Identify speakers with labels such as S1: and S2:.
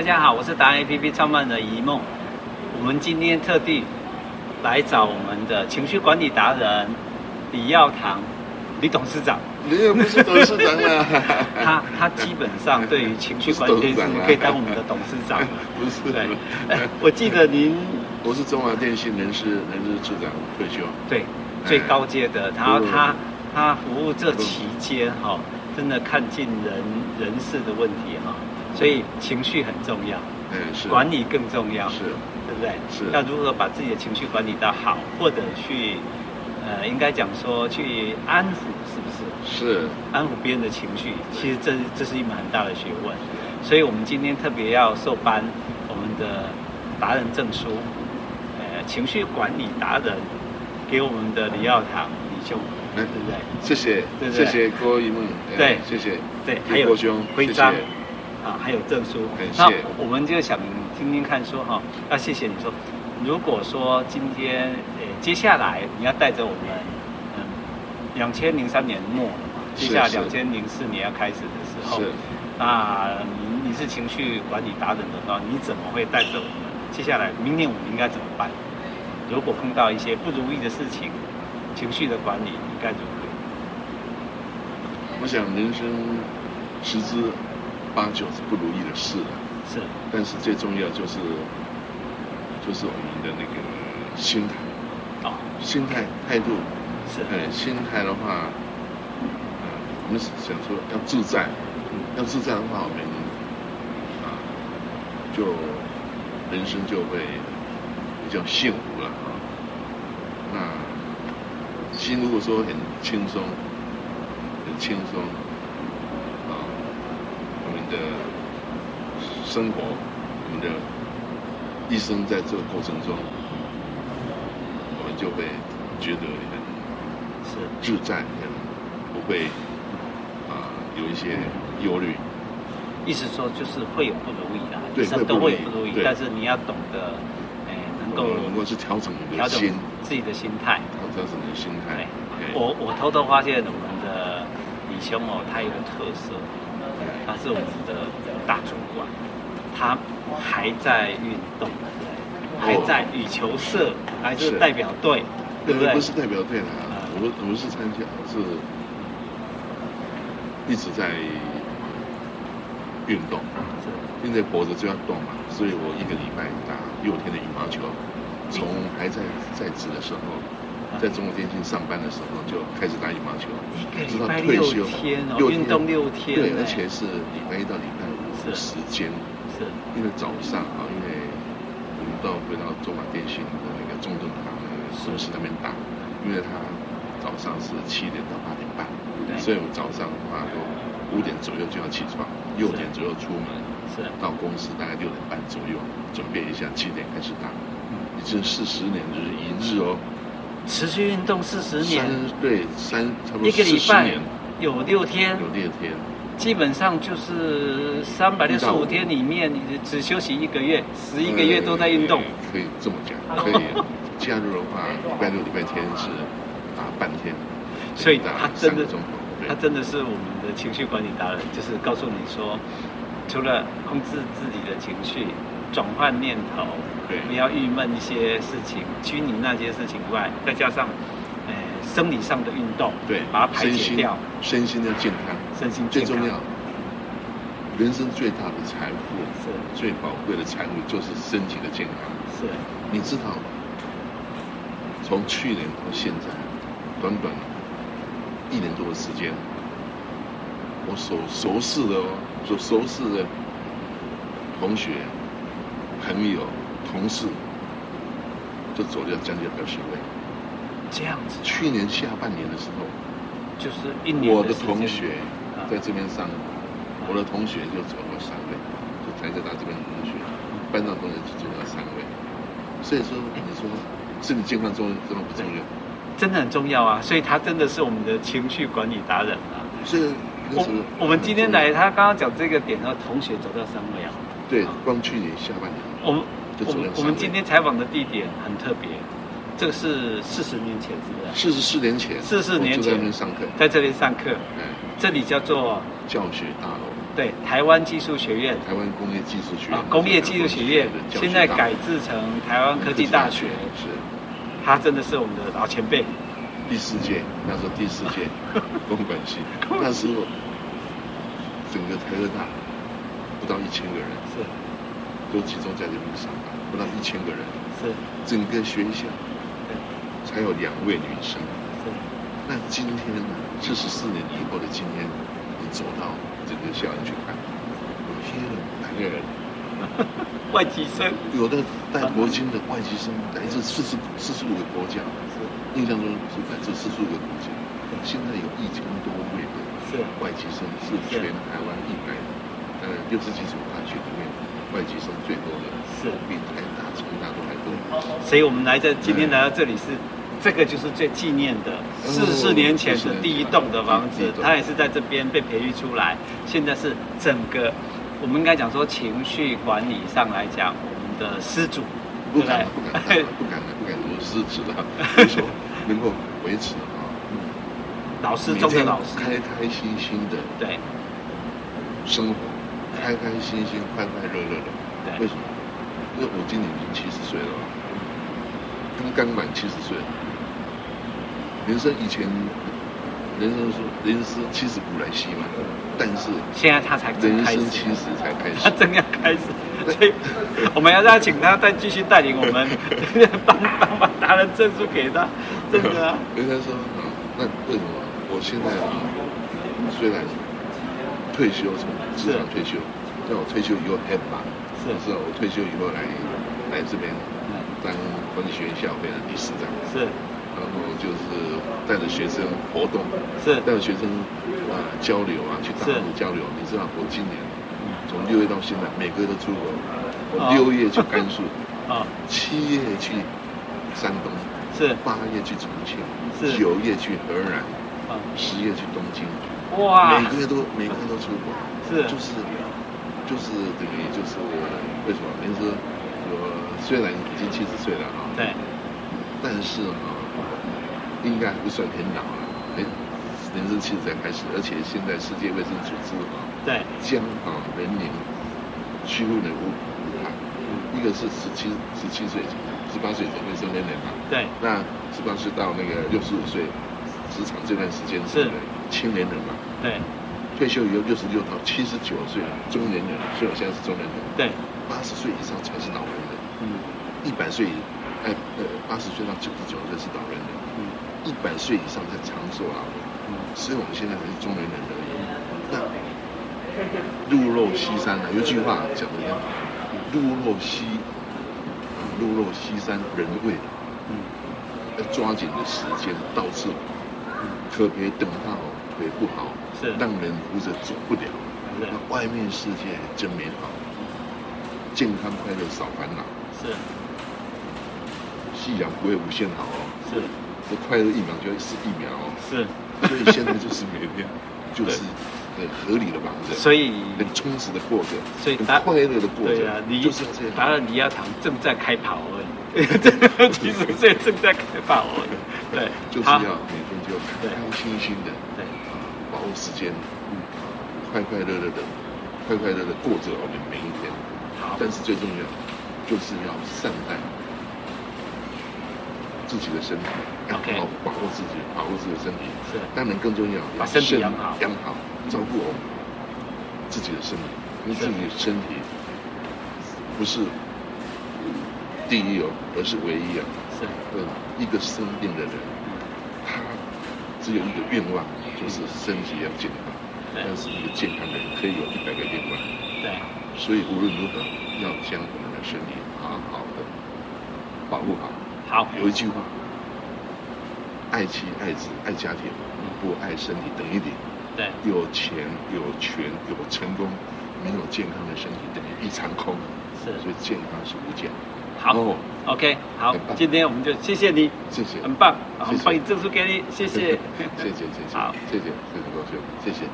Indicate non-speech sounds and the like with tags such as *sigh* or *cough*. S1: 大家好，我是达人 APP 创办人一梦。我们今天特地来找我们的情绪管理达人李耀堂李董事长。
S2: 你又不是董事长啊啦，
S1: *laughs* 他他基本上对于情绪管理这件事情可以当我们的董事
S2: *laughs*
S1: 长了。
S2: 不是，
S1: 对，哎我记得您
S2: 我是中华电信人事人事处长退休，
S1: 对最高阶的，然后
S2: 嗯
S1: 他他服务这期间哈、真的看尽人人事的问题哈、所以情绪很重要，
S2: 嗯是
S1: 管理更重要。
S2: 是
S1: 对不对？
S2: 是
S1: 要如何把自己的情绪管理到好，或者去，呃，应该讲说去安抚，是不是？
S2: 是
S1: 安抚别人的情绪，其实这这是一门很大的学问。所以我们今天特别要授颁我们的达人证书，呃，情绪管理达人，给我们的李耀堂李兄，对
S2: 嗯
S1: 不对？
S2: 谢谢
S1: 对不对
S2: 谢谢郭一梦，哎
S1: 对
S2: 谢谢
S1: 对，还
S2: 谢谢
S1: 有
S2: 郭兄，
S1: 徽
S2: 谢谢
S1: 章啊，还有证书。
S2: 感谢
S1: 我们就想听听看说哈，要谢谢你说，如果说今天呃接下来你要带着我们，嗯，两千零三年末，接
S2: 是
S1: 下来
S2: 是
S1: 两千零四年要开始的时候
S2: 是，
S1: 那你你是情绪管理达人的话，你怎么会带着我们？接下来明年我们应该怎么办？如果碰到一些不如意的事情，情绪的管理应该如何？
S2: 我想人生十之八九是不如意的事了，
S1: 是
S2: 但是最重要就是就是我们的那个心态、
S1: 哦，
S2: 心态、态度，
S1: 是
S2: 哎，心态的话，呃，我们想说要自在，要自在的话，我们啊，就人生就会比较幸福了啊。那心如果说很轻松，很轻松啊，我们的生活，我们的一生在这个过程中，我们就会觉得很。
S1: 是
S2: 自在，很不会啊、有一些忧虑。
S1: 意思说就是会有不如意啦，
S2: 对
S1: 一生都会有
S2: 会
S1: 不
S2: 不
S1: 如
S2: 如
S1: 意
S2: 意，
S1: 但是你要懂得，哎、能够
S2: 我们能够去调整你
S1: 调
S2: 的
S1: 整
S2: 心，
S1: 自己的心态。
S2: 调整你的心态
S1: 对。，
S2: 哎
S1: 我我偷偷发现我们的李兄哦，他有个特色，他是我们的大主管，他还在运动，还在羽球社，还是
S2: 是
S1: 代表队，对不对？啊
S2: 不是代表队啦，我我是参加，我是一直在运动，
S1: 是
S2: 现在活着就要动嘛，所以我一个礼拜打六天的羽毛球，从
S1: 嗯
S2: 还在在职的时候，在中国电信上班的时候就开始打羽毛球，
S1: 一个
S2: 直
S1: 礼
S2: 到
S1: 拜
S2: 退
S1: 六
S2: 休，
S1: 天哦，
S2: 六
S1: 运动六天呢，
S2: 对，而且是礼拜一到礼拜五
S1: 是
S2: 时间，
S1: 是
S2: 因为早上啊，因为我们到回到中华电信的那个中正堂宿舍那边打，因为他早上是七点到八点半，
S1: 对
S2: 所以我们早上的话都五点左右就要起床，六点左右出门，
S1: 是
S2: 到公司大概六点半左右，准备一下七点开始打，已经四十年日一日哦，
S1: 持续运动四十
S2: 三
S1: 年。
S2: 对三差不多
S1: 一个
S2: 四
S1: 礼
S2: 十
S1: 拜
S2: 年
S1: 有六天，
S2: 有六天，
S1: 基本上就是三百六十五天里面，你只休息一个月，十一个月都在运动
S2: 呃，可以这么讲，可
S1: *laughs*
S2: 以。假日的话，礼拜六、礼拜天是打半天，
S1: 所以
S2: 打
S1: 他真
S2: 三
S1: 的
S2: 个钟头。
S1: 他
S2: 对，
S1: 真的是我们的情绪管理达人，就是告诉你说，除了控制自己的情绪，转换念头，
S2: 对
S1: 不要郁闷一些事情，拘泥那些事情以外，再加上，呃，生理上的运动，
S2: 对，
S1: 把它排
S2: 身
S1: 解
S2: 心
S1: 掉，
S2: 身心要健康，
S1: 身心
S2: 最
S1: 健康
S2: 重要。人生最大的财富，最宝贵的财富就是身体的健康。
S1: 是是，
S2: 你知道吗？从去年到现在，短短一年多的时间，我所熟识的哦，所熟识的同学、朋友、同事，就走掉将近二十位。
S1: 这样子，
S2: 去年下半年的时候，
S1: 就是一年
S2: 我的
S1: 时间
S2: 同学
S1: 啊
S2: 在这边上班，我的同学就走了三位，就台科大这边的同学，班上同学就走了三位。所以说，你说身体健康重真的不重要？
S1: 真的很重要啊，所以他真的是我们的情绪管理达人啊。
S2: 所以那
S1: 我
S2: 时候
S1: 我们今天来，他刚刚讲这个点，然后同学走到三位啊。
S2: 对，光去年下半年，
S1: 我们
S2: 就
S1: 我
S2: 走
S1: 们
S2: 到
S1: 我
S2: 三位
S1: 们今天采访的地点很特别，这个是四十年前是不是？啊
S2: 四十四年前，
S1: 44年前
S2: 我就在那边上课，
S1: 在这里上课，
S2: 哎，
S1: 这里叫做
S2: 教学大楼，
S1: 对，台湾技术学院
S2: 台湾工业技术学院
S1: 啊，工业技术学院
S2: 的教
S1: 现
S2: 学
S1: 在
S2: 大
S1: 改
S2: 学
S1: 制成台湾科技大学，
S2: 是
S1: 他真的是我们的老前辈。
S2: 第四届，那时候第四届公管系，那时候整个台科大不到一千个人，
S1: 是
S2: 都集中在这边上班，不到一千个人，
S1: 是
S2: 整个学校
S1: 对
S2: 才有两位女生。
S1: 是，
S2: 那今天呢？四十四年以后的今天，你走到整个校园去看，有些人男人，
S1: 外籍生
S2: 有的带国军的外籍生来自四十四十五个国家，
S1: 是
S2: 印象中是来自四十五个国家。现在有一千多位的
S1: 是
S2: 外籍生，是全台湾一百呃六十几所大学里面外籍生最多的，
S1: 是，
S2: 比台大、成大都还多。
S1: 所以我们来这今天来到这里是。这个就是最纪念的，四十四年前的第一栋的房
S2: 第一
S1: 子，
S2: 栋
S1: 它也是在这边被培育出来。现在是整个，我们应该讲说情绪管理上来讲，我们的失主，
S2: 不
S1: 对不
S2: 敢
S1: 对
S2: 了，不敢了，不敢了，不敢了，我是知道，所以说能够维持啊。
S1: 老师中的老师，
S2: 每天开开心心的
S1: 对
S2: 生活，开开心心、快快乐乐的。为
S1: 对
S2: 什么？因为我今年已经七十岁了嘛，刚刚满七十岁。人生以前，人生说人生七十古来稀嘛，但是
S1: 现在他才刚
S2: 人
S1: 开
S2: 生
S1: 始
S2: 七，十才开
S1: 他
S2: 始。
S1: 正要开始，所以我们要让他请他再继续带领我们，帮帮把达人证书给他，真的啊、
S2: 人家说啊，那为什么我现在啊，虽然退休从职场退休，但我退休以后很忙，
S1: 是
S2: 是啊我退休以后来来这边当管理学院校会的理事长，
S1: 是
S2: 然后就是带着学生活动，
S1: 是
S2: 带着学生啊交流啊，去大
S1: 是嗯
S2: 陆交流。你知道我今年从六月到现在，每个月都出国，我
S1: 哦
S2: 六月去甘肃， *laughs*
S1: 哦
S2: 七月去山东，
S1: 是
S2: 八月去重庆，
S1: 是
S2: 九月去荷兰，
S1: 哦
S2: 十月去东京，
S1: 哇
S2: 每个月都每个月都出国，
S1: 是
S2: 就是就是等于就是为什么？您说我虽然已经七十岁了啊，
S1: 对
S2: 但是啊，应该还不算很老了，人人生七十才开始，而且现在世界卫生组织啊，
S1: 对
S2: 将啊人龄区分了五五派，一个是十七十七岁、十八岁准备成年人嘛，
S1: 对
S2: 那十八岁到那个六十五岁职场这段时间
S1: 是
S2: 是青年人嘛，
S1: 对
S2: 退休以后六十六到七十九岁中年人，所以我现在是中年人，
S1: 对，
S2: 八十岁以上才是老年人。
S1: 嗯
S2: 一百岁，哎呃八十岁到九十九岁是老人人，
S1: 嗯
S2: 一百岁以上才长寿老人，
S1: 嗯
S2: 所以我们现在啊还是中年人而已。那入肉西山啊，有一句话讲的很好，入肉西，啊入肉西山人未老，
S1: 嗯
S2: 要抓紧的时间到此，可别等到腿不好，
S1: 嗯是
S2: 让人扶着走不了。
S1: 是
S2: 那外面世界真美好，健康快乐少烦恼。
S1: 是
S2: 夕阳不会无限好哦，
S1: 是
S2: 这快乐疫苗就是疫苗哦，
S1: 是，
S2: *laughs* 所以现在就是每天就是很合理的忙着，
S1: 所以
S2: 很充实的过着，
S1: 所以
S2: 很
S1: 达
S2: 快乐的过
S1: 对啊
S2: 着，，
S1: 你
S2: 就是要这
S1: 达
S2: 样。
S1: 人李亚堂正在开跑而已，其实这正在开跑而已，对，
S2: 就是
S1: 好
S2: 要每天就开开心心的，
S1: 对
S2: 把握时间，嗯快快乐乐的，快快乐乐地过着我们每一天。
S1: 好
S2: 但是最重要，就是要善待自己的身体，要
S1: OK
S2: 好好把握自己，把握自己的身体。
S1: 是
S2: 当然更重要，
S1: 把
S2: 要
S1: 身体养好
S2: 养好，照顾我们自己的身体，因为
S1: 是
S2: 自己的身体不是第一哦，而是唯一啊。
S1: 是
S2: 嗯，一个生病的人，他只有一个愿望，就是身体要健康。
S1: 对
S2: 但是一个健康的人可以有一百个愿望，
S1: 对
S2: 所以无论如何要将我们的身体好好的保护好。
S1: 好
S2: 有一句话：爱妻、爱子、爱家庭，不爱身体等一点。
S1: 对
S2: 有钱、有权、有成功，没有健康的身体等于一场空。
S1: 是
S2: 所以健康是无价。
S1: 好
S2: 哦
S1: ，OK，好
S2: 很，棒
S1: 今天我们就谢谢你，
S2: 谢谢，
S1: 很棒，我
S2: 谢
S1: 们
S2: 谢
S1: 嗯把你证书给你，谢
S2: *laughs* 谢
S1: 谢
S2: 谢，谢。谢，谢谢，
S1: 好
S2: 谢谢，非常高兴，谢谢。